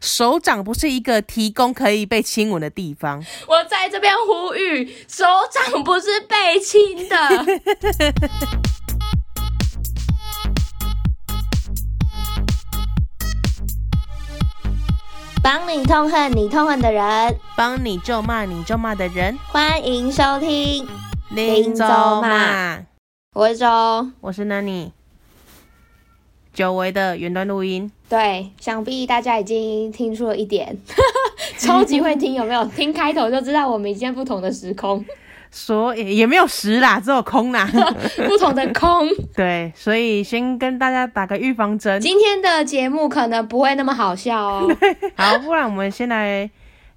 手掌不是一个提供可以被亲吻的地方。我在这边呼吁，手掌不是被亲的。 帮你痛恨你痛恨的人，帮你咒骂你咒骂的人，欢迎收听，林咒骂。我是周。我是 Nani。久违的远端录音，对，想必大家已经听出了一点， 超级会听，有没有？听开头就知道我们已经在不同的时空， 所以也没有实啦，只有空啦。不同的空。对，所以先跟大家打个预防针。 今天的节目可能不会那么好笑哦。好，不然我们先来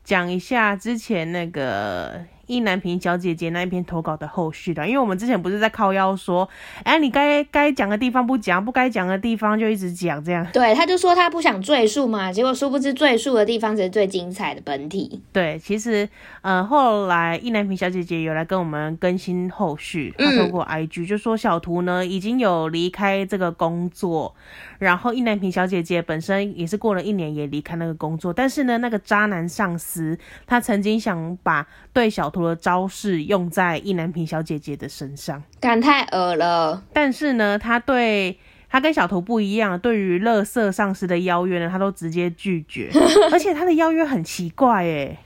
讲一下之前那个意难平小姐姐那一篇投稿的后续的，因为我们之前不是在靠腰说，哎、你该该讲的地方不讲，不该讲的地方就一直讲，这样对，他就说他不想赘述嘛，结果殊不知赘述的地方才是最精彩的本体。对。其实，呃，后来意难平小姐姐有来跟我们更新后续，她嗯透过 IG 就说小图呢已经有离开这个工作，然后意难平小姐姐本身也是过了一年也离开那个工作，但是呢，那个渣男上司他曾经想把对小图的招式用在意难平小姐姐的身上，感太恶了，但是呢，他对他跟小图不一样，对于乐色上司的邀约呢，他都直接拒绝，而且他的邀约很奇怪诶，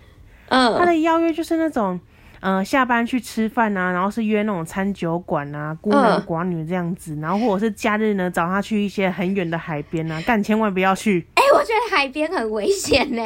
他嗯，的邀约就是那种。呃，下班去吃饭啊，然后是约那种餐酒馆啊，孤男嗯寡女这样子，然后或者是假日呢，找他去一些很远的海边啊，但千万不要去。啊哎、我觉得海边很危险呢、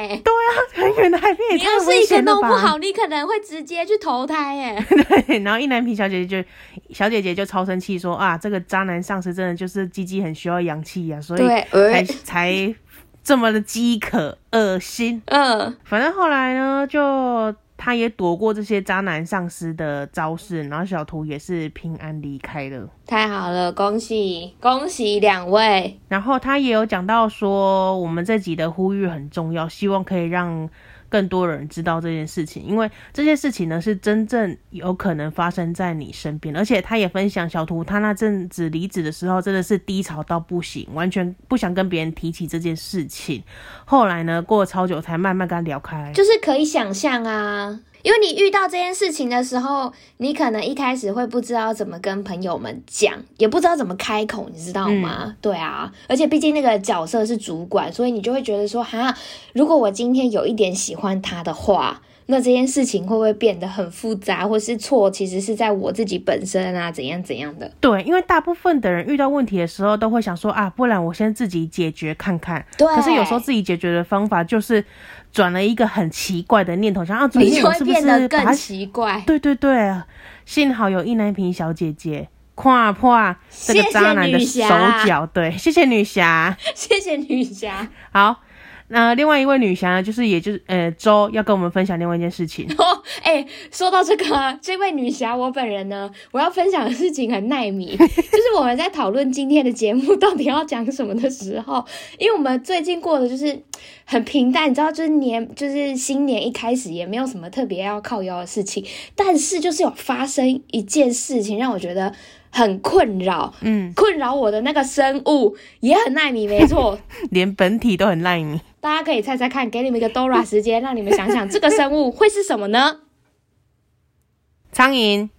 很远的海边也你太要是危一个险了弄不吧？好，你可能会直接去投胎耶、 对，然后一南平小姐姐就小姐姐就超生气说啊，这个渣男上司真的就是鸡鸡很需要阳气呀、所以对，才呃才这么的饥渴恶心。嗯，反正后来呢，就她也躲过这些渣男上司的招式，然后小图也是平安离开了。太好了，恭喜恭喜两位，然后他也有讲到说，我们这集的呼吁很重要，希望可以让更多人知道这件事情，因为这件事情呢是真正有可能发生在你身边。而且他也分享小图，他那阵子离职的时候真的是低潮到不行，完全不想跟别人提起这件事情。后来呢，过了超久才慢慢跟他聊开。就是可以想象啊。因为你遇到这件事情的时候，你可能一开始会不知道怎么跟朋友们讲，也不知道怎么开口，你知道吗？嗯对啊，而且毕竟那个角色是主管，所以你就会觉得说，哈，如果我今天有一点喜欢他的话，那这件事情会不会变得很复杂，或是错其实是在我自己本身啊，怎样怎样的？对，因为大部分的人遇到问题的时候，都会想说啊，不然我先自己解决看看。对，可是有时候自己解决的方法就是转了一个很奇怪的念头，想要转你念就我会是不变是得把更它？奇怪。 对对对，幸好有易南平小姐姐跨破这个谢谢渣男的女手侠脚。对， 谢谢女侠。谢谢女侠。好，那另外一位女侠呢，就是也就是呃周要跟我们分享另外一件事 情。哦，哎、说到这个啊，这位女侠，我本人呢，我要分享的事情很耐迷，就是我们在讨论今天的节目到底要讲什么的时候，因为我们最近过的就是很平淡，你知道，就是年，就是新年一开始也没有什么特别要靠腰的事情，但是就是有发生一件事情让我觉得很困扰，嗯，困扰我的那个生物也很耐迷，没错，连本体都很赖你。大家可以猜猜看，给你们一个 Dora 时间，让你们想想这个生物会是什么呢？苍蝇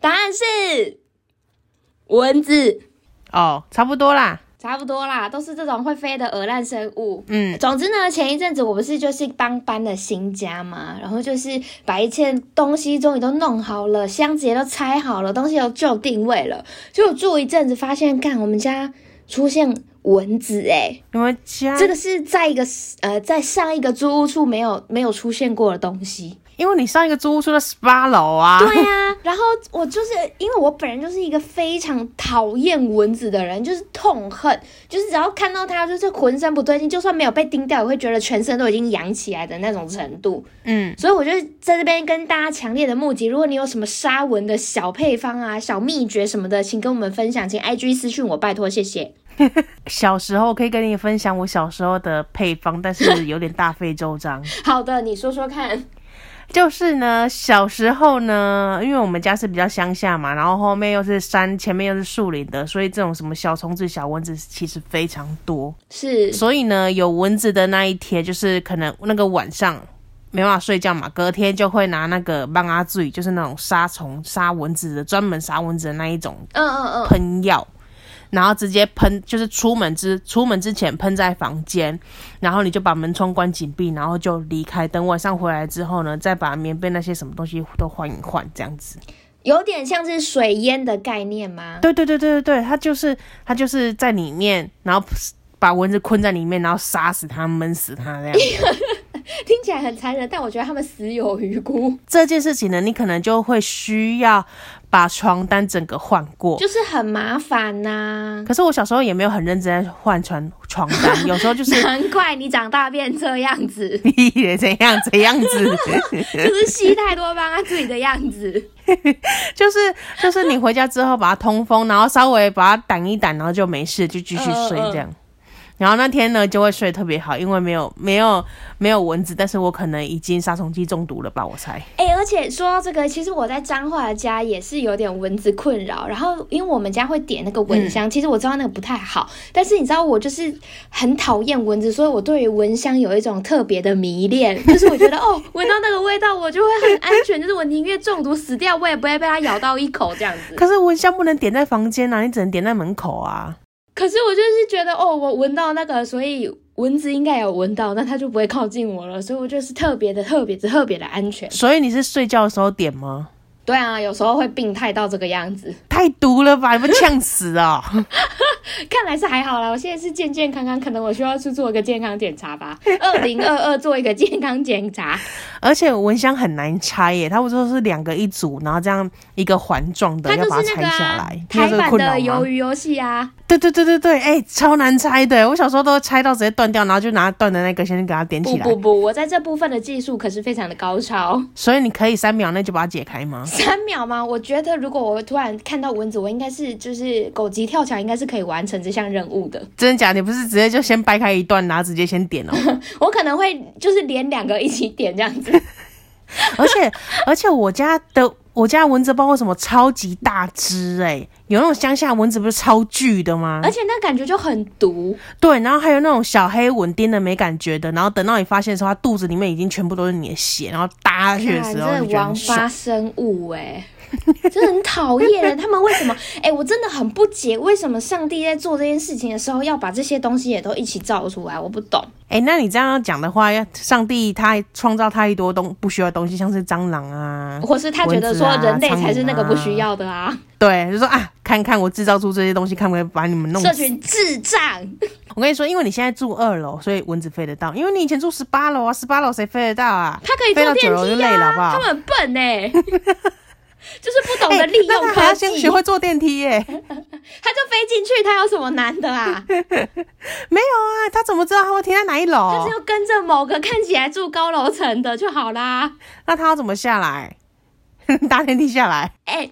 答案是蚊子，哦，差不多啦。差不多啦，都是这种会飞的鹅烂生物。嗯，总之呢，前一阵子我不是就是帮搬了新家嘛，然后就是把一切东西终于都弄好了，箱子也都拆好了，东西都就定位了。就住一阵子，发现干我们家出现蚊子哎、你们家这个是在一个呃在上一个租屋处没有没有出现过的东西。因为你上一个租屋住在十八楼啊。对呀、然后我就是因为我本人就是一个非常讨厌蚊子的人，就是痛恨，就是只要看到它就是浑身不对劲，就算没有被叮掉，也会觉得全身都已经痒起来的那种程度。嗯，所以我就在这边跟大家强烈的募集，如果你有什么杀蚊的小配方啊、小秘诀什么的，请跟我们分享，请 IG 私讯我，拜托，谢谢。小时候可以跟你分享我小时候的配方，但是有点大费周章。好的，你说说看。就是呢，小时候呢，因为我们家是比较乡下嘛，然后后面又是山，前面又是树林的，所以这种什么小虫子、小蚊子其实非常多。是所以呢，有蚊子的那一天，就是可能那个晚上没办法睡觉嘛，隔天就会拿那个棒阿醉，就是那种杀虫、杀蚊子的，专门杀蚊子的那一种 嗯嗯嗯，喷药，然后直接喷，就是出门之出门之前喷在房间，然后你就把门窗关紧闭，然后就离开。等晚上回来之后呢，再把棉被那些什么东西都换一换，这样子。有点像是水淹的概念吗？对对对对对对，它就是它就是在里面，然后把蚊子困在里面，然后杀死它、闷死它 这样。听起来很残忍，但我觉得他们死有余辜，这件事情呢，你可能就会需要把床单整个换过。就是很麻烦呐、可是我小时候也没有很认真在换床床单，有时候就是，难怪你长大变这样子屁咧怎样怎样子，就是吸太多帮他自己的样子。就是就是你回家之后把它通风，然后稍微把它掸一掸，然后就没事，就继续嗯睡这样。然后那天呢就会睡特别好，因为没有没有没有蚊子，但是我可能已经杀虫剂中毒了吧，我猜。 哎、而且说到这个，其实我在彰化的家也是有点蚊子困扰。然后因为我们家会点那个蚊香，其实我知道那个不太好，但是你知道我就是很讨厌蚊子，所以我对于蚊香有一种特别的迷恋， 就是我觉得哦，闻到那个味道我就会很安全，就是我宁愿中毒死掉，我也不会被它咬到一口这样子。可是蚊香不能点在房间啊，你只能点在门口啊。可是我就是觉得哦，我闻到那个，所以蚊子应该有闻到，那它就不会靠近我了，所以我就是特别的、特别的、特别的安全。所以你是睡觉的时候点吗？对啊，有时候会病态到这个样子。太毒了吧！你们呛死啊、 看来是还好啦，我现在是健健康康，可能我需要去做一个健康检查 吧。二零二二做一个健康检查，而且蚊香很难拆耶，它不就是两个一组，然后这样一个环状的，它就要把是它那拆个、下啊来，、你有台这个版困的扰吗鱿鱼游戏啊。对对对对对，哎、超难拆的。我小时候都拆到直接断掉，然后就拿断的那个先给它点不起来。不不，我在这部分的技术可是非常的高超。所以你可以三秒内就把它解开吗？ 三秒吗？我觉得如果我突然看到蚊子，我应该是就是狗急跳墙，应该是可以完成这项任务的。真的假的？你不是直接就先掰开一段，然后直接先 点哦、我可能会就是连两个一起点 这样子，而且而且我家的我家蚊子包为什么超级大只哎、有那种乡下蚊子不是超巨的吗而？且那感觉就很毒。对，然后还有那种小黑蚊叮的没感觉的，然后等到你发现的时候，它肚子里面已经全部都是你的血，然后搭下去的看时候，你这觉得王很爽八生物哎、 真的很讨厌。他们为什么？ 哎、我真的很不解，为什么上帝在做这件事情的时候要把这些东西也都一起造出来？我不懂。哎、那你这样讲的话，要上帝他创造太多东不需要的东西，像是蟑螂啊，或是他觉得说蚊子啊人类才是那个不需苍要的啊，对，就说啊，看看我制造出这些东西，看不可以把你们弄这死。群智障。我跟你说，因为你现在住二楼，所以蚊子飞得到；因为你以前住十八楼啊，十八楼谁飞得到啊？他可以飞到坐九电楼就梯累了，好不啊，好他？们很笨 哎、就是不懂哎得利那用他还科要技先，学会坐电梯耶、他就飞进去，他有什么难的啊？没有啊，他怎么知道他会停在哪一他楼只？要跟着某个看起来住高楼层的就好啦。那他要怎么下来？ 搭电梯下来？哎、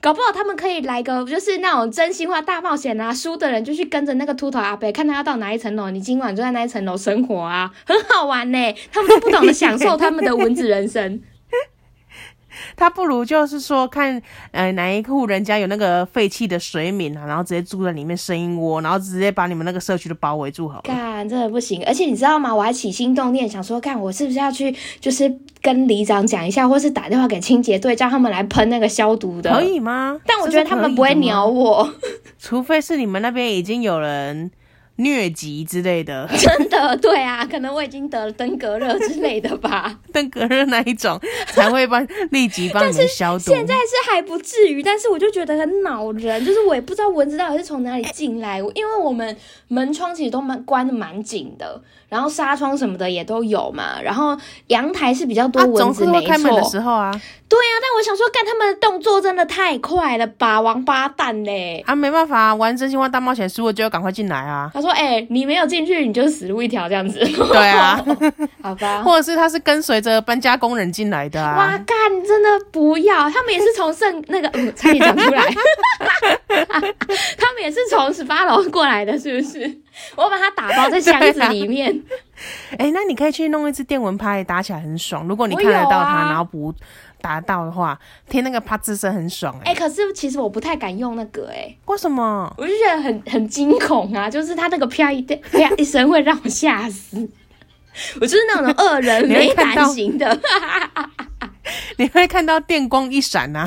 搞不好他们可以来个就是那种真心话大冒险啊，输的人就去跟着那个秃头阿伯，看他要到哪一层楼，你今晚就在那一层楼生活啊，很好玩呢、他们都不懂得享受他们的蚊子人生。他不如就是说看，呃，哪一户人家有那个废弃的水敏啊，然后直接住在里面生一窝，然后直接把你们那个社区都包围住好了。 干，真的不行！而且你知道吗？我还起心动念，想说，干，我是不是要去，就是跟里长讲一下，或是打电话给清洁队，叫他们来喷那个消毒的。可以吗？但我觉得他们不这会是可以的吗鸟，我，，除非是你们那边已经有人疟疾之类的 真的。对啊，可能我已经得了登革热之类的 吧。登革热那一种才会帮立即帮你们消毒。啊现在是还不至于，但是我就觉得很恼人，就是我也不知道蚊子到底是从哪里进来，我因为我们门窗其实都蛮关的蛮紧的，然后纱窗什么的也都有嘛，然后阳台是比较多啊，蚊总子，是会没开门的错。时候啊，对呀、但我想说，干他们的动作真的太快了吧，王八蛋嘞！啊没办法、啊，玩真心话大冒险输了就要赶快进来啊。他说：“哎、你没有进去，你就死路一条这样子。”对 啊，好吧。或者是他是跟随着搬家工人进来的哇，啊。干，真的不要！他们也是从圣那个，嗯，差点讲出来， 他们也是从十八楼过来的，是不是？我把它打包在箱子里面，哎、那你可以去弄一支电蚊拍，打起来很爽。如果你我看得有到它，啊然后不打到的话，听那个啪吱声很爽、哎、哎、可是其实我不太敢用那个、哎，为什么？ 我就觉得很很惊恐啊，就是它那个啪一啪一声会让我吓死。我就是那种恶 人你会没看到胆型的，你会看到电光一 闪啊！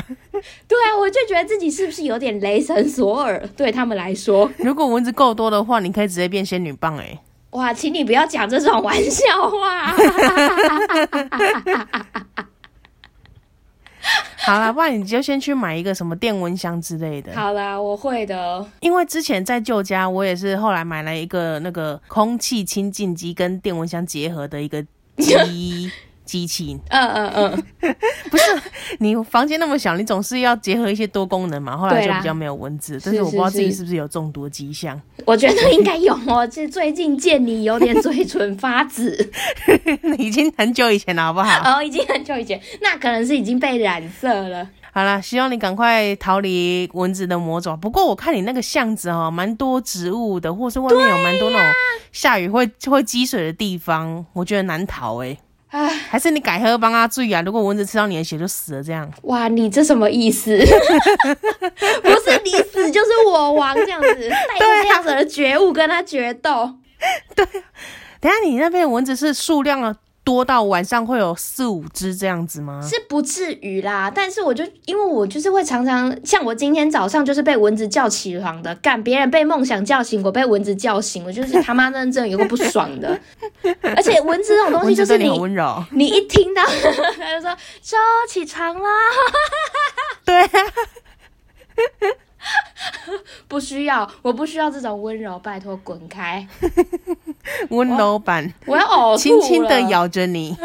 对啊，我就觉得自己是不是有点雷神索尔？对他们来说，如果蚊子够多的话，你可以直接变仙女棒、哎，哇，请你不要讲这种玩笑 话。好啦，不然你就先去买一个什么电蚊香之类的。好啦，我会的。因为之前在旧家，我也是后来买了一个那个空气清净机跟电蚊香结合的一个 机机器。嗯嗯嗯，你房间那么小，你总是要结合一些多功能嘛。后来对就啦比较没有蚊子，但是是我不知道自是己是是不是有中毒迹象。 我觉得 应该有哦。这最近见你有点嘴唇发 紫，已经很久以前了，好不 好？哦，已经很久以前，那可能是已经被染色了。好啦，希望你赶快逃离蚊子的魔爪。不过我看你那个巷子哦，蛮多植物的，或是外面有蛮多那种下雨会会积水的地方，我觉得难逃哎、唉，还是你改喝帮他注意啊！如果蚊子吃到你的血就死了这样。哇，你这什么意 思？不是你死就是我亡这样 子，带着这样子的觉悟跟他决斗。等一下，你那边的蚊子是数量啊多到晚上会有四五只这样子吗？是不至于啦，但是我就因为我就是会常常像我今天早上就是被蚊子叫起床的，干别人被梦想叫醒，我被蚊子叫醒，我就是他妈认真有个不爽 的。而且蚊子这种东西蚊就子是对你你很温 柔，你一听到他就说周起床啦，对啊，不需要，我不需要这种温柔，拜托滚开，温柔版，我要呕吐了轻轻的。咬着 你。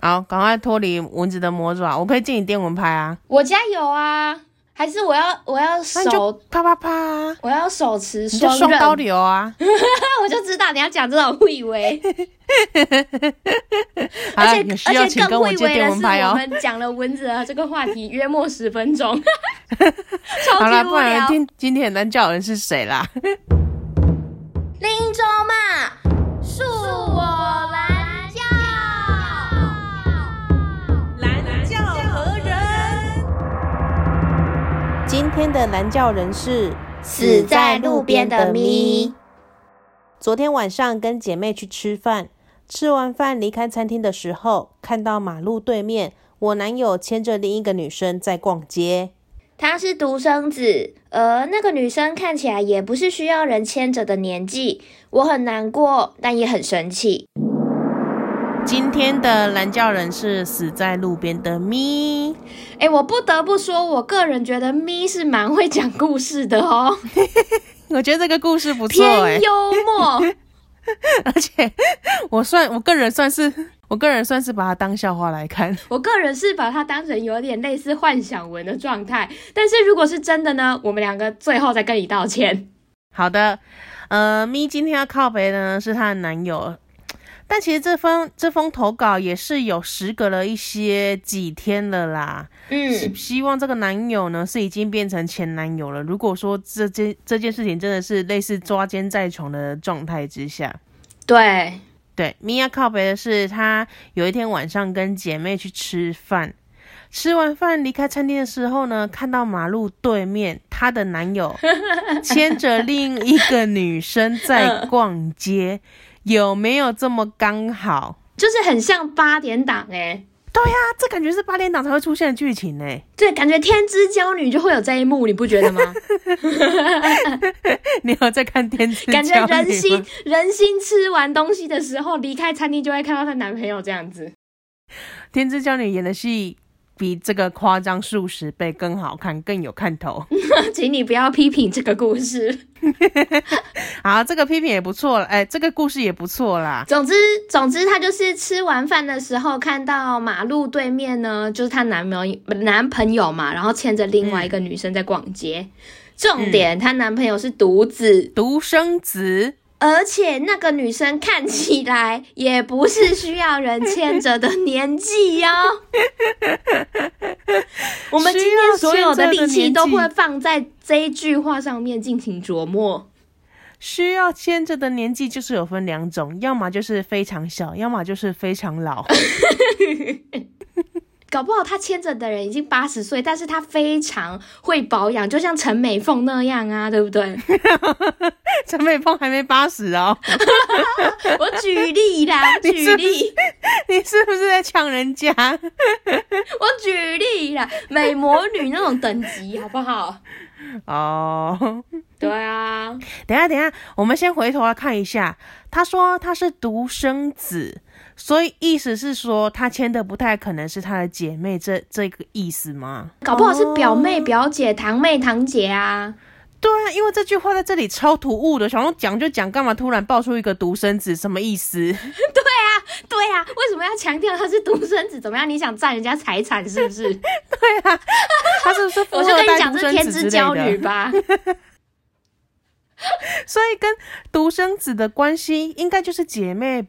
好，赶快脱离蚊子的魔爪！我可以借你电蚊拍啊，我家有啊，还是我要我要那你就手啪啪啪啊，我要手持你就双双刃刀流啊！那我就知道你要讲这种互以为， 好而啦且有需要而且请跟更我互以借为电的蚊是，拍我哦。们讲了蚊子的这个话题约莫十 分钟，超好啦，级不无然聊。今今天很难叫人是谁啦。林州嘛，恕我蓝教。今天的蓝教人是死在路边的咪。昨天晚上跟姐妹去吃饭，吃完饭离开餐厅的时候，看到马路对面我男友牵着另一个女生在逛街。她是独生子，而那个女生看起来也不是需要人牵着的年纪，我很难过，但也很生气。今天的蓝教人是死在路边的咪。哎，我不得不说，我个人觉得咪是蛮会讲故事的哦，我觉得这个故事不错哎、偏幽默。而且我算我个人算是我个人算是把它当笑话来看。我个人是把它当成有点类似幻想文的状态，但是如果是真的呢，我们两个最后再跟你道歉。好的，呃，咪今天要靠北的呢是她的男友，但其实这封这封投稿也是有时隔了一些几天了啦。嗯，希望这个男友呢是已经变成前男友了。如果说这件这件事情真的是类似抓奸在床的状态之下，对，对，米娅靠北的是，她有一天晚上跟姐妹去吃饭，吃完饭离开餐厅的时候呢，看到马路对面她的男友 牵着另一个女生在逛 街，有没有这么刚好？就是很像八点档哎、对呀、这感觉是八点档才会出现的剧情呢、 对，感觉天之娇女就会有这一幕，你不觉得吗？你有在看天之感觉娇女人吗心人心吃完东西的时候离开餐厅就会看到她男朋友这样子， 天之娇女演的戏比这个夸张数十倍更好看，更有看头。请你不要批评这个故事。 好，这个批评也不错，哎、这个故事也不错啦。总之，总之，她就是吃完饭的时候看到马路对面呢，就是她男朋友男朋友嘛，然后牵着另外嗯一个女生在逛街。重点，她男朋友是独子，独生子，而且那个女生看起来也不是需要人牵着的年 纪哟、我们今天所有的力气都会放在这一句话上面进行琢磨。需要牵着的年纪就是有分两种，要么就是非常小，要么就是非常老。 搞不好他牵着的人已经八十岁，但是他非常会保养，就像陈美凤那样啊，对 不对？陈美凤还没八十哦， 我举例啦，你是举不是例，你是不是在抢人家？ 我举例啦，美魔女那种等级，好不好？哦、对啊，等一下，等一下，我们先回头来看一下。他说他是独生子，所以意思是说他牵的不太可能是他的姐妹这，这个意思吗？搞不好是表妹、表姐、堂妹、堂姐啊。对啊，因为这句话在这里超突兀的，想说讲就讲，干嘛突然爆出一个独生子，什么意思？对啊，为什么要强调她是独生子？怎么样？你想占人家财产是不 是？他是不是富 我就跟二你代讲，独这生天子之之骄类女的？ 吧。所以跟独生子的关系应该就是姐妹。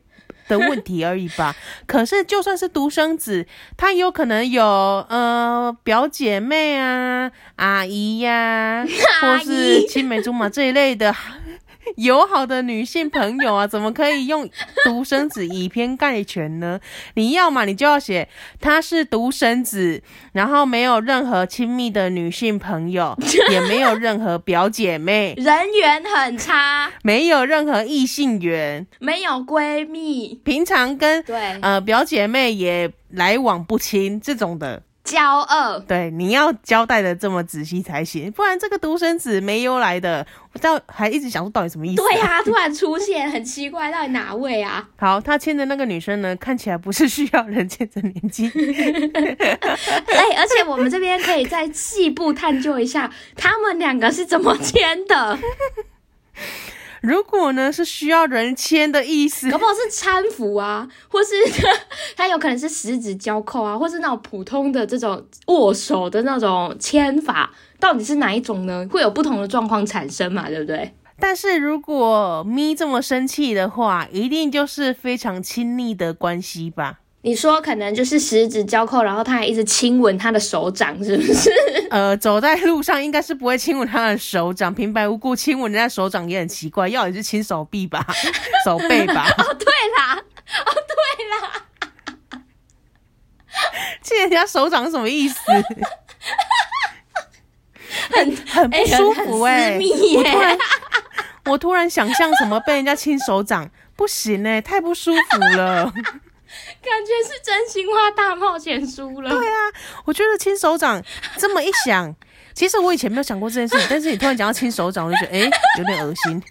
的问题而已吧。 可是就算是独生子，他也有可能有呃表姐妹啊、阿姨呀、或阿是姨，青梅竹马这一类的友好的女性朋友啊，怎么可以用独生子以偏概全呢？你要嘛，你就要写他是独生子，然后没有任何亲密的女性朋 友，也没有任何表姐妹，人缘很差，没有任何异性缘，没有闺蜜，平常跟对，呃表姐妹也来往不清这种的。骄傲。对，你要交代的这么仔细才行，不然这个独生子没由来的，我到还一直想说到底什么意思、啊对啊呀、突然出现，很奇怪，到底哪位啊？好，他牵的那个女生呢，看起来不是需要人牵着年纪， 哎、而且我们这边可以再细部探究一下，他们两个是怎么签的？ 如果呢是需要人牵的意 思搞，不好是搀扶啊，或是他有可能是十指交扣啊，或是那种普通的这种握手的那种牵法，到底是哪一种呢？会有不同的状况产生嘛，对不对？但是如果咪这么生气的话，一定就是非常亲密的关系吧？你说可能就是十指交扣，然后他还一直亲吻他的手掌，是不是？ 呃，走在路上应该是不会亲吻他的手掌，平白无故亲吻人家手掌也很奇怪，要也是亲手臂吧，手背吧，哦，对啦，亲人家手掌是什么意思？很很不舒服哎、很私密欸耶、我突然想象什么被人家亲手掌，不行哎、太不舒服了。感觉是真心话大冒险输了。对啊，我觉得亲手掌这么一想，其实我以前没有想过这件事情，但是你突然讲到亲手掌，我就觉得哎、诶有点恶心。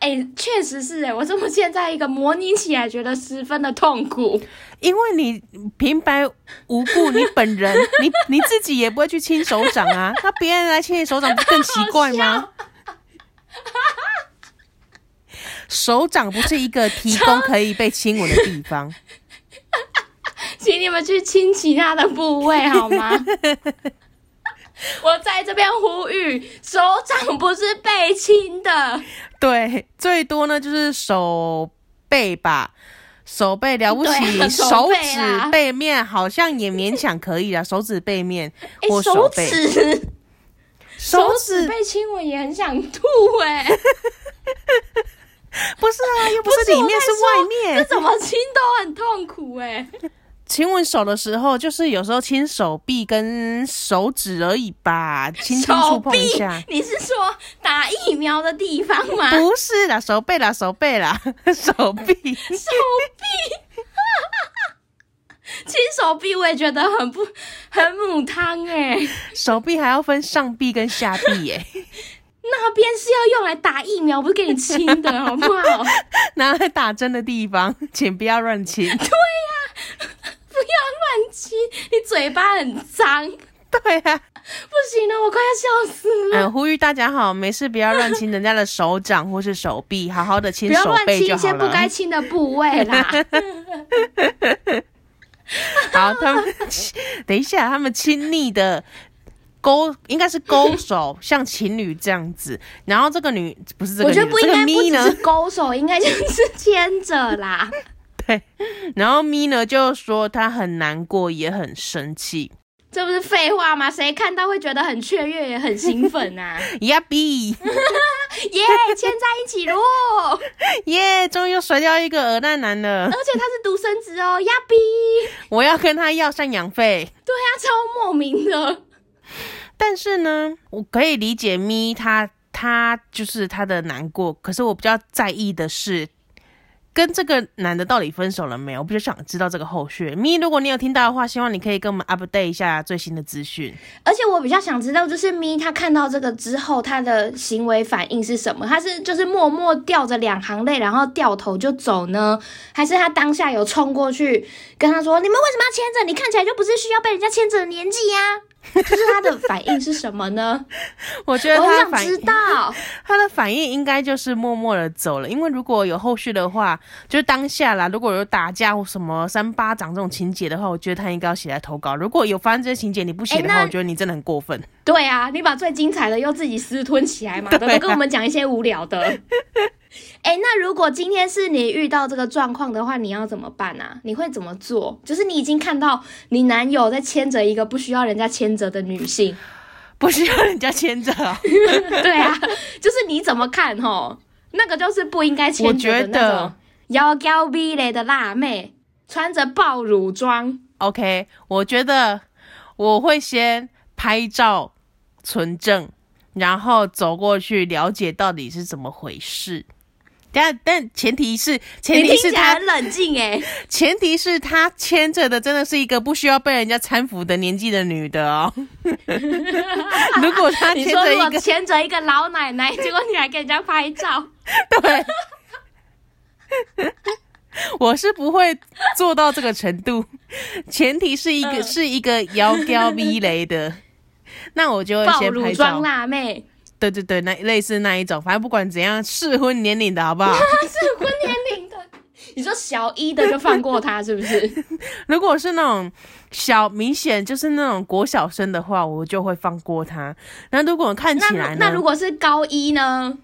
哎、确实是哎、我怎么现在一个模拟起来觉得十分的痛苦？因为你平白无故，你本人你你自己也不会去亲手掌啊，那别人来亲你手掌不更奇怪吗？手掌不是一个提供可以被亲吻的地方。请你们去亲其他的部位好 吗？我在这边呼吁，手掌不是被亲的，对，最多呢就是手背吧，手背了不起，对啊手手背啊指背面好像也勉强可以啦，手指背面哎、或手背，指手指被亲我也很想吐哎、 不是啊，又不不是是里我面在是外说这面。怎么亲都很痛苦哎、亲吻手的时候，就是有时候亲手臂跟手指而已吧，轻轻触手碰一臂下。，你是说打疫苗的地方吗？不是啦，手背啦，手背啦， 手臂。手臂， 亲手臂我也觉得很不很母汤哎、手臂还要分上臂跟下臂耶、 那边是要用来打疫苗，不是给你亲的好不好？拿来打针的地方，请不要乱亲。 不要乱亲，你嘴巴很脏，不对啊。行了，我快要笑死了。嗯，呼吁大家好，没事不要乱亲人家的手掌或是手臂，好好的亲不要哎手乱背就亲一好些不该了。亲 的部位 啦！好，他们等一下，他们亲昵的勾应该是勾手，像情侣这样子。然后这个女不是这个我女觉得的，不这应个该不咪只呢 是？勾手，应该就是牵着啦。 对，然后咪呢就说她很难过，也很生气。这不是废话吗？谁看到会觉得很雀跃，也很兴奋 啊！呀比，耶，牵在一起喽！耶，终于又甩掉一个鹅蛋男了，而且他是独生子哦，呀比！我要跟他要赡养费。对啊，超莫名的。但是呢，我可以理解咪他他就是他的难过，可是我比较在意的是。跟这个男的到底分手了没有？我比较想知道这个后续。咪，如果你有听到的话，希望你可以跟我们 update 一下最新的资讯。而且我比较想知道，就是咪他看到这个之后，他的行为反应是什么？他是就是默默掉着两行泪，然后掉头就走呢，还是他当下有冲过去跟他说：“你们为什么要牵着？你看起来就不是需要被人家牵着的年纪呀、就是他的反应是什 么呢？我觉我得他的很想反知应，道。他的反应应该就是默默的走了。因为如果有后续的话，就是当下啦，如果有打架或什么三巴掌这种情节的话，我觉得他应该要写来投稿。如果有发生这些情节你不写的哎话，那我觉得你真的很过分。对啊，你把最精彩的又自己私吞起来嘛，对啊都跟我们讲一些无聊 的。哎、那如果今天是你遇到这个状况的话，你要怎么办啊？你会怎么做？就是你已经看到你男友在牵着一个不需要人家牵着的女性， 不需要人家牵着哦、对啊，就是你怎么看吼？那个就是不应该我牵觉着的那种得摇高 V 嘞的辣妹，穿着爆乳装， OK，我觉得我会先拍照存证，然后走过去了解到底是怎么回事。但但前提是，前你提听是起来他很，冷静 哎、前提是他牵着的真的是一个不需要被人家搀扶的年纪的女的哦。 如果他你牵说着如一果个，牵着一个老奶奶，结果你还给人家拍照，对，我是不会做到这个程度。前提是一嗯个、是一个摇雕逼雷的，那我就会爆先乳拍装照。辣妹，对对对，那类似那一种，反正不管怎样，适婚年龄的好不 好？婚年龄的。 你说小一的就放过她是不是？如果是那种小明显就是那种国小生的话，我就会放过他。那如果 看那起如来呢？那如果是高一呢？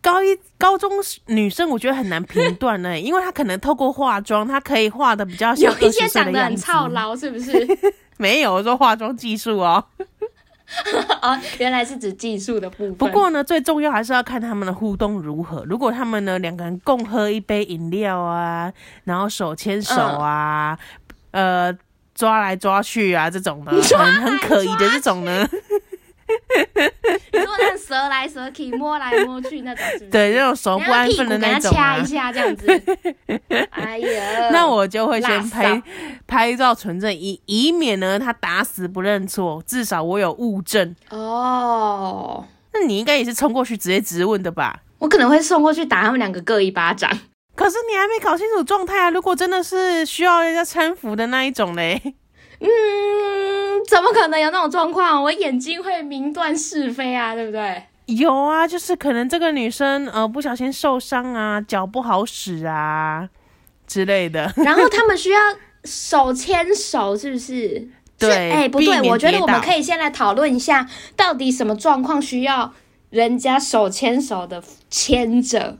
高一高中女生，我觉得很难评断呢、 因为她可能透过化妆，她可以化的比较像有一些20岁长的得样很子。操劳，是不 是？没有，我说化妆技术哦。哦，原来是指技术的部分。不过呢，最重要还是要看他们的互动如何。如果他们呢两个人共喝一杯饮料啊，然后手牵手啊，呃，抓来抓去啊，这种呢，很很可疑的这种呢，你说那蛇来蛇去、摸来摸去那种是不 是，对，那种手然不后安屁股分的给他那种啊掐一。下这 样子。哎呀，那我就会先辣拍嫂拍照存证，以以免呢他打死不认错，至少我有物证。哦，那你应该也是冲过去直接质问的吧？我可能会送过去打他们两个各一巴掌。可是你还没搞清楚状态啊！如果真的是需要人家搀扶的那一种嘞，嗯，怎么可能有那种状况？我眼睛会明断是非啊，对不对？有啊，就是可能这个女生呃不小心受伤啊，脚不好使啊之类的。 然后他们需要手牵手，是不是？对 是哎、不避对，免我觉得跌我倒们可以先来讨论一下，到底什么状况需要人家手牵手的牵着。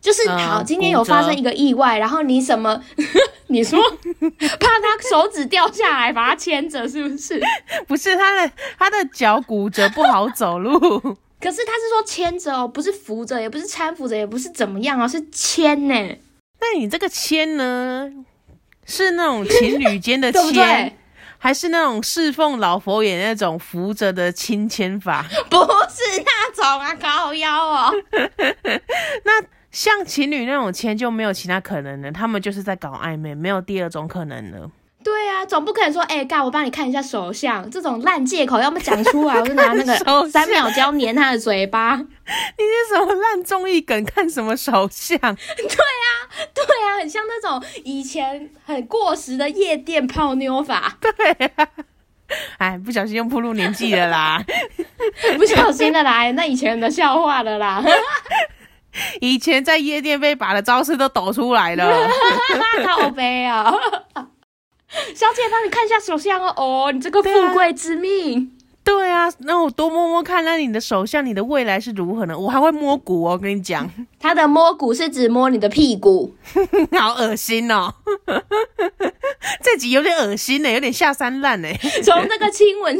就是嗯好，今天骨有发折生一个意外，然后你什 么？ 你说怕他手指掉下来，把他牵着，是不是？ 不是她的她的脚骨折不好走路， 可是他是说牵着哦，不是扶着，也不是搀扶着，也不是怎么样哦，是牵呢、那你这个牵呢，是那种情侣间的 对不对牵，？还是那种侍奉老佛爷那种扶着的亲牵法？ 不是那种啊，高腰哦。像情侣那种牵就没有其他可能了，他们就是在搞暧昧，没有第二种可能了。 对啊，总不可能说，哎、干，我帮你看一下手相，这种烂借口，要么讲出来，我就拿那 手个相三秒胶粘他的嘴巴。你是什么烂综艺梗？看什么手相？对啊，很像那种以前很过时的夜店泡妞法，哎，不小心又暴露年纪了啦。 不小心的啦，那以前的笑话了啦。 以前在夜店被把的招式都抖出来 了。靠背啊，小姐帮你看一下手相哦，哦，你这个对啊富贵之命。对啊，那我多摸摸看，那你的手相，你的未来是如何呢？我还会摸骨哦，我跟你讲， 他的摸骨是指摸你的屁股，好恶心哦。 这集有点恶心呢、有点下三滥呢、 从那个亲吻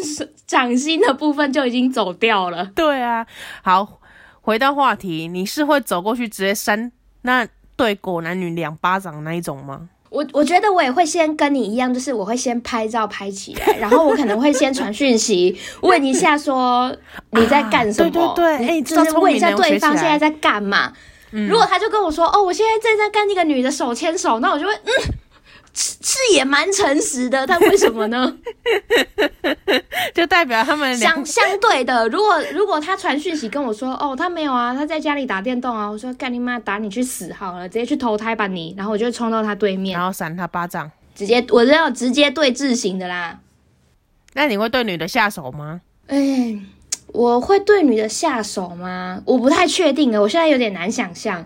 掌心的部分就已经走掉了。对啊，好，回到话题，你是会走过去直接扇那对狗男女两巴掌那一种吗？我我觉得我也会先跟你一样，就是我会先拍照拍起来，然后我可能会先传 讯息问一下说你在干什么，啊对对对哎这就是聪问一明下的我学对起方来嗯现在在干嘛。如果他就跟我说哦，我现在正在跟那个女的手牵手，那我就会嗯， 是是也蛮诚实的，但为什么呢？就代表他们 两相相对的，如果如果他传讯息跟我说哦，他没有啊，他在家里打电动啊，我说干你妈，打你去死好了，直接去投胎吧你，然后我就会冲到他对面然，后扇他巴掌，直接我要直接对峙型的啦。那你会对女的下手吗？哎，我会对女的下手吗？我不太确定了，啊我现在有点难想 象。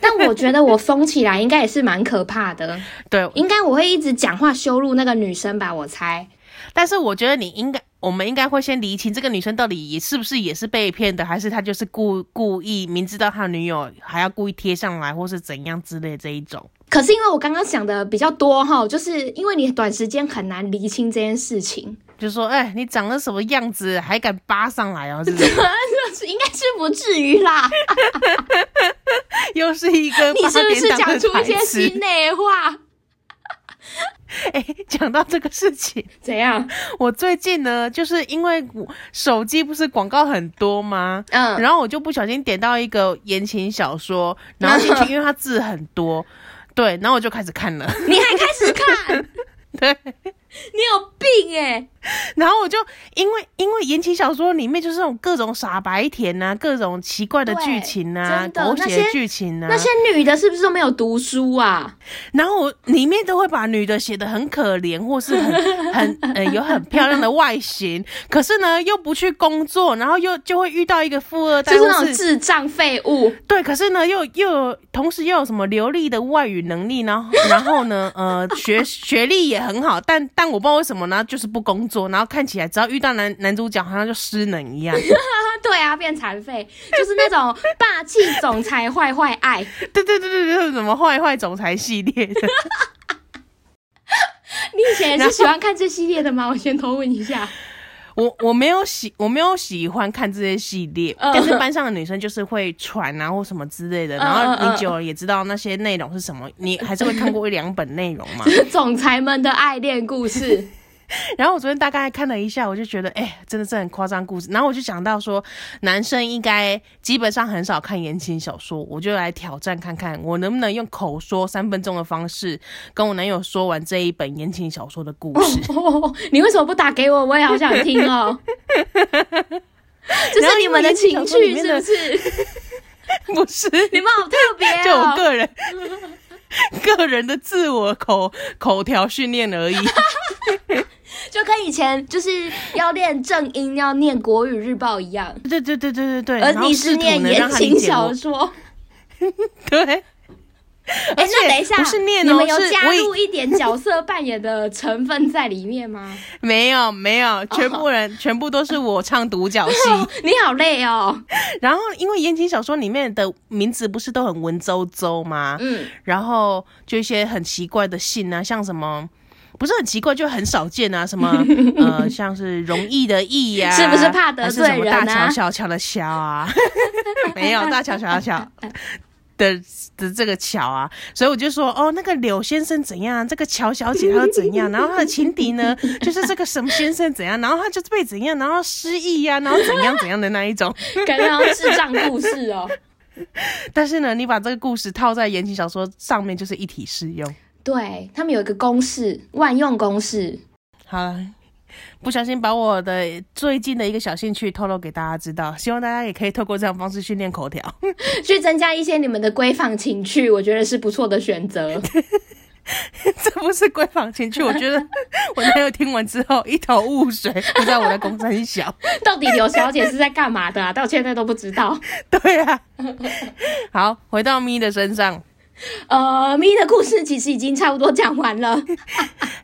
但我觉得我疯起来应该也是蛮可怕的，对，应该我会一直讲话羞辱那个女生吧，我猜。但是我觉得你应该，我们应该会先厘清这个女生到底也是不是也是被骗的，还是她就是故故意明知道她女友还要故意贴上来，或是怎样之类这一种。可是因为我刚刚想的比较多哈，就是因为你短时间很难厘清这件事情， 就说，哎、你长得什么样子，还敢扒上来哦？这种应该是不至于啦。 又是一个你是八不是点档讲的出一台些词 心内话？哎、讲到这个事情，怎样？我最近呢，就是因为我手机不是广告很多吗？嗯，然后我就不小心点到一个言情小说，然后进 去，因为它字很多，对，然后我就开始看了，你还开始看？ 对，你有病哎、 然后我就因为因为言情小说里面就是那种各种傻白甜呐、各种奇怪的对剧情呐、真的狗那血些剧情呐、那些女的是不是都没有读书啊？然后我里面都会把女的写得很可怜，或是 很很呃有很漂亮的外形，可是呢又不去工作，然后又就会遇到一个富二代，就是那或种智障废物，对，可是呢，又又有同时又有什么流利的外语能力， 然后然后呢，呃，学学历也很好，但但我不知道为什么呢，就是不工作，然后看起来只要遇到男男主角，好像就失能一样。 对啊，变残废，就是那种霸气总裁坏坏 爱。对对对对对，什么坏坏总裁系列 的，你以前也是喜欢看这系列的吗？我先偷问一 下。我我没有喜我没有喜欢看这些系列，嗯但是班上的女生就是会传啊或什么之类的，嗯然后嗯你嗯久了也知道那些内容是什么，你还是会看过一两本内容 嘛。总裁们的爱恋故事， 然后我昨天大概看了一下，我就觉得，哎、真的是很夸张故事。然后我就想到说，男生应该基本上很少看言情小说，我就来挑战看看，我能不能用口说三分钟的方式，跟我男友说完这一本言情小说的故事。哦，你为什么不打给我？我也好想听哦。 这是你们的情趣是不是？哦 不是，你们好特 别就我 哦。个人个人的自我口口条训练而已。就跟以前就是要练正音，要念国语日报一样， 对对对对对对，而然后你试是图念呢言让他理情解我小说。 对。哎、而且那等一下，不是念你哦，们有是加我以入一点角色扮演的成分在里面吗？没有没有，全部人、哦全部都是我唱独角戏。 你好累哦，然后因为言情小说里面的名字不是都很文绉绉吗？嗯，然后就一些很奇怪的姓啊，像什么。不是很奇怪，就很少见啊， 什么呃，像是容易的易呀、是不是怕得还是什么罪人大啊乔小乔的乔啊， 没有大乔小乔的的这个乔啊，所以我就说哦，那个柳先生怎样，啊这个乔小姐她又怎样，然后她的情敌呢，就是这个什么先生怎样，然后他就是被怎样，然后失忆呀、然后怎样怎样的那一种。 感觉好像智障故事哦。但是呢，你把这个故事套在言情小说上面，就是一体适用。对他们有一个公式，万用公式。好了，不小心把我的最近的一个小兴趣透露给大家知道，希望大家也可以透过这样的方式训练口条。 去增加一些你们的闺房情趣，我觉得是不错的选择。这不是闺房情趣，我觉得我男友听完之后一头雾水，不知道我在公山小。 到底柳小姐是在干嘛的啊？到现在都不知道。对啊，好，回到咪的身上，呃，咪的故事其实已经差不多讲完了。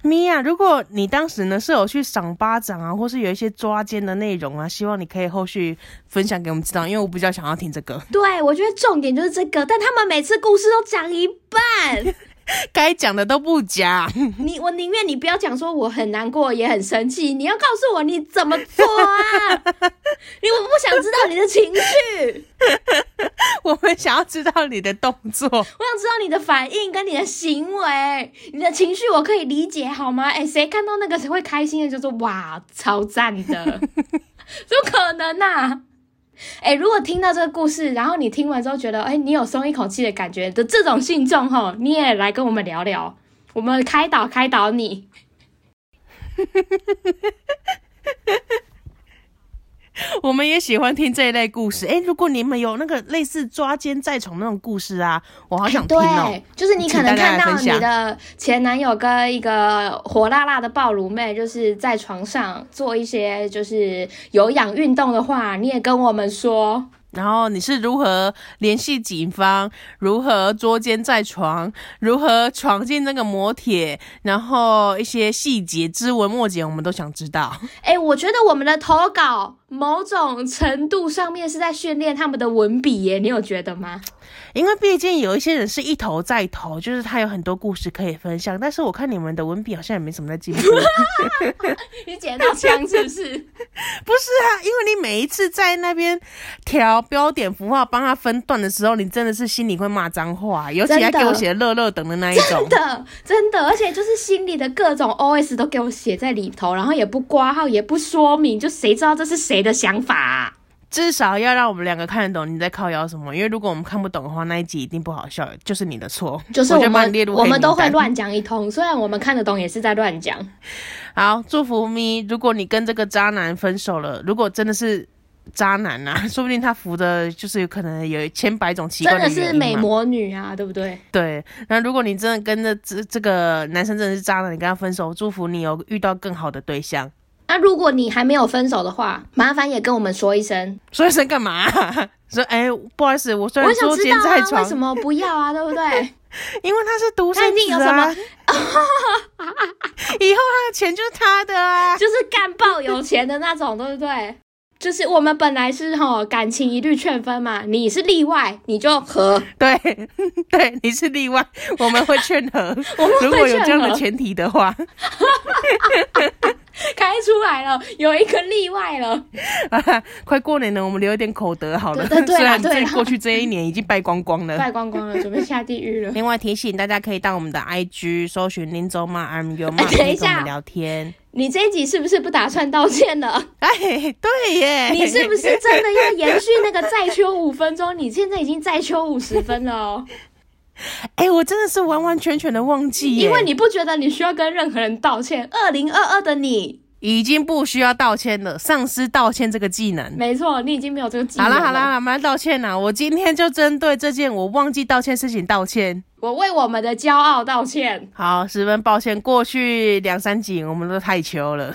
咪呀、如果你当时呢是有去赏巴掌啊，或是有一些抓奸的内容啊，希望你可以后续分享给我们知道，因为我比较想要听这个。对，我觉得重点就是这个，但他们每次故事都讲一半。该讲的都不讲。 你我宁愿你不要讲说我很难过也很生气，你要告诉我你怎么做啊？你我不想知道你的情绪，我们想要知道你的动作。我想知道你的反应跟你的行为，你的情绪我可以理解好吗？哎、谁看到那个谁会开心的，就说哇超赞的，怎么可能啊？哎、如果听到这个故事，然后你听完之后觉得，哎、你有松一口气的感觉的这种信众吼，你也来跟我们聊聊，我们开导开导你。 我们也喜欢听这一类故事。哎、如果你们有那个类似抓奸在床那种故事啊，我好想听哦、对，就是你可能请大家来看到分你享的前男友跟一个火辣辣的暴乳妹，就是在床上做一些就是有氧运动的话，你也跟我们说。然后你是如何联系警方？如何捉奸在床？如何闯进那个摩铁？然后一些细节枝文末节，我们都想知道。哎，我觉得我们的投稿某种程度上面是在训练他们的文笔耶，你有觉得吗？ 因为毕竟有一些人是一头再投，就是他有很多故事可以分享。但是我看你们的文笔好像也没什么在进步。 你捡到枪是不不是？是啊，因为你每一次在那边调标点符号帮他分段的时候，你真的是心里会骂脏话，尤其真的还给我写乐乐等的那一种真。的，真的，而且就是心里的各种 OS 都给我写在里头，然后也不挂号，也不说明，就谁知道这是谁的想法啊、至少要让我们两个看得懂你在靠腰什么，因为如果我们看不懂的话，那一集一定不好笑，就是你的错。就是我我就把你们列入我黑们名都会单。乱讲一通，虽然我们看得懂，也是在乱讲。好，祝福咪，如果你跟这个渣男分手了，如果真的是。渣男呐、啊，说不定他服的就是有可能有千百种奇怪真的原因嘛是美魔女啊，对不对？对，那如果你真的跟着这这个男生真的是渣男，你跟他分手，祝福你有遇到更好的对象。那、啊如果你还没有分手的话，麻烦也跟我们说一声，说一声干嘛、 说哎、不好意思，我虽我然想捉知奸道在啊，床为，什么不要啊，对不对？ 因为他是独生他一定子有什啊 么，以后他的钱就是他的啊。就是干爆有钱的那种，对不对？就是我们本来是吼感情一律劝分嘛，你是例外，你就和 对 对，你是例外，我们会劝和。 我们如果会有这样劝的和前提的话， 开出来了，有一个例 外了。快过年了，我们留一点口德好了。对对 对虽啦然对这啦过去这一年已经败光光了。败光光了，准备下地 狱了。另外提醒大家，可以到我们的 IG 搜寻林州妈 I'm your 哎 mom，等可以一跟我下们聊天。你这一集是不是不打算道歉了？哎，对 耶，你是不是真的要延续那个再秋五分钟？你现在已经再秋五十分 了哦，哎、我真的是完完全全的忘记耶，因为你不觉得你需要跟任何人道歉？二零二二的你，已经不需要道歉了，丧失道歉这个技能。没错，你已经没有这个技好能啦好啦，，我们来道歉啦！我今天就针对这件我忘记道歉事情道歉。我为我们的骄傲道歉。好，十分抱歉，过去两三集我们都太秋 了，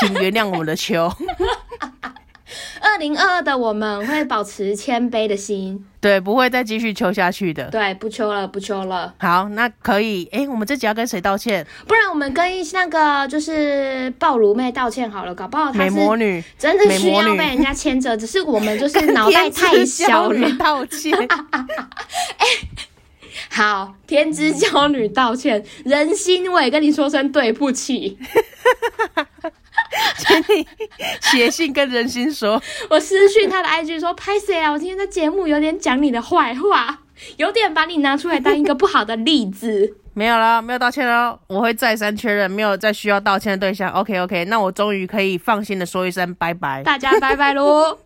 请原谅我们的秋。二零二二的我们会保持谦卑的心，对，不会再继续秋下去的。对，不秋了，不秋了，好，那可以。哎、我们这集要跟谁道歉？不然我们跟一那个就是暴乳妹道歉好了，搞不好她美是魔女，真的美需魔要女被人家牵着，只是我们就是 脑袋太天之小娇了女。 道歉。好，天之娇女道歉，人心我也跟你说声对不起， 请你写信跟人心说，我私讯她的 IG 说拍谁啊？我今天在节目有点讲你的坏话，有点把你拿出来当一个不好的例子。没有了，没有道歉了，我会再三确认，没有再需要道歉的对象。OK OK，那我终于可以放心的说一声拜拜。大家拜拜喽。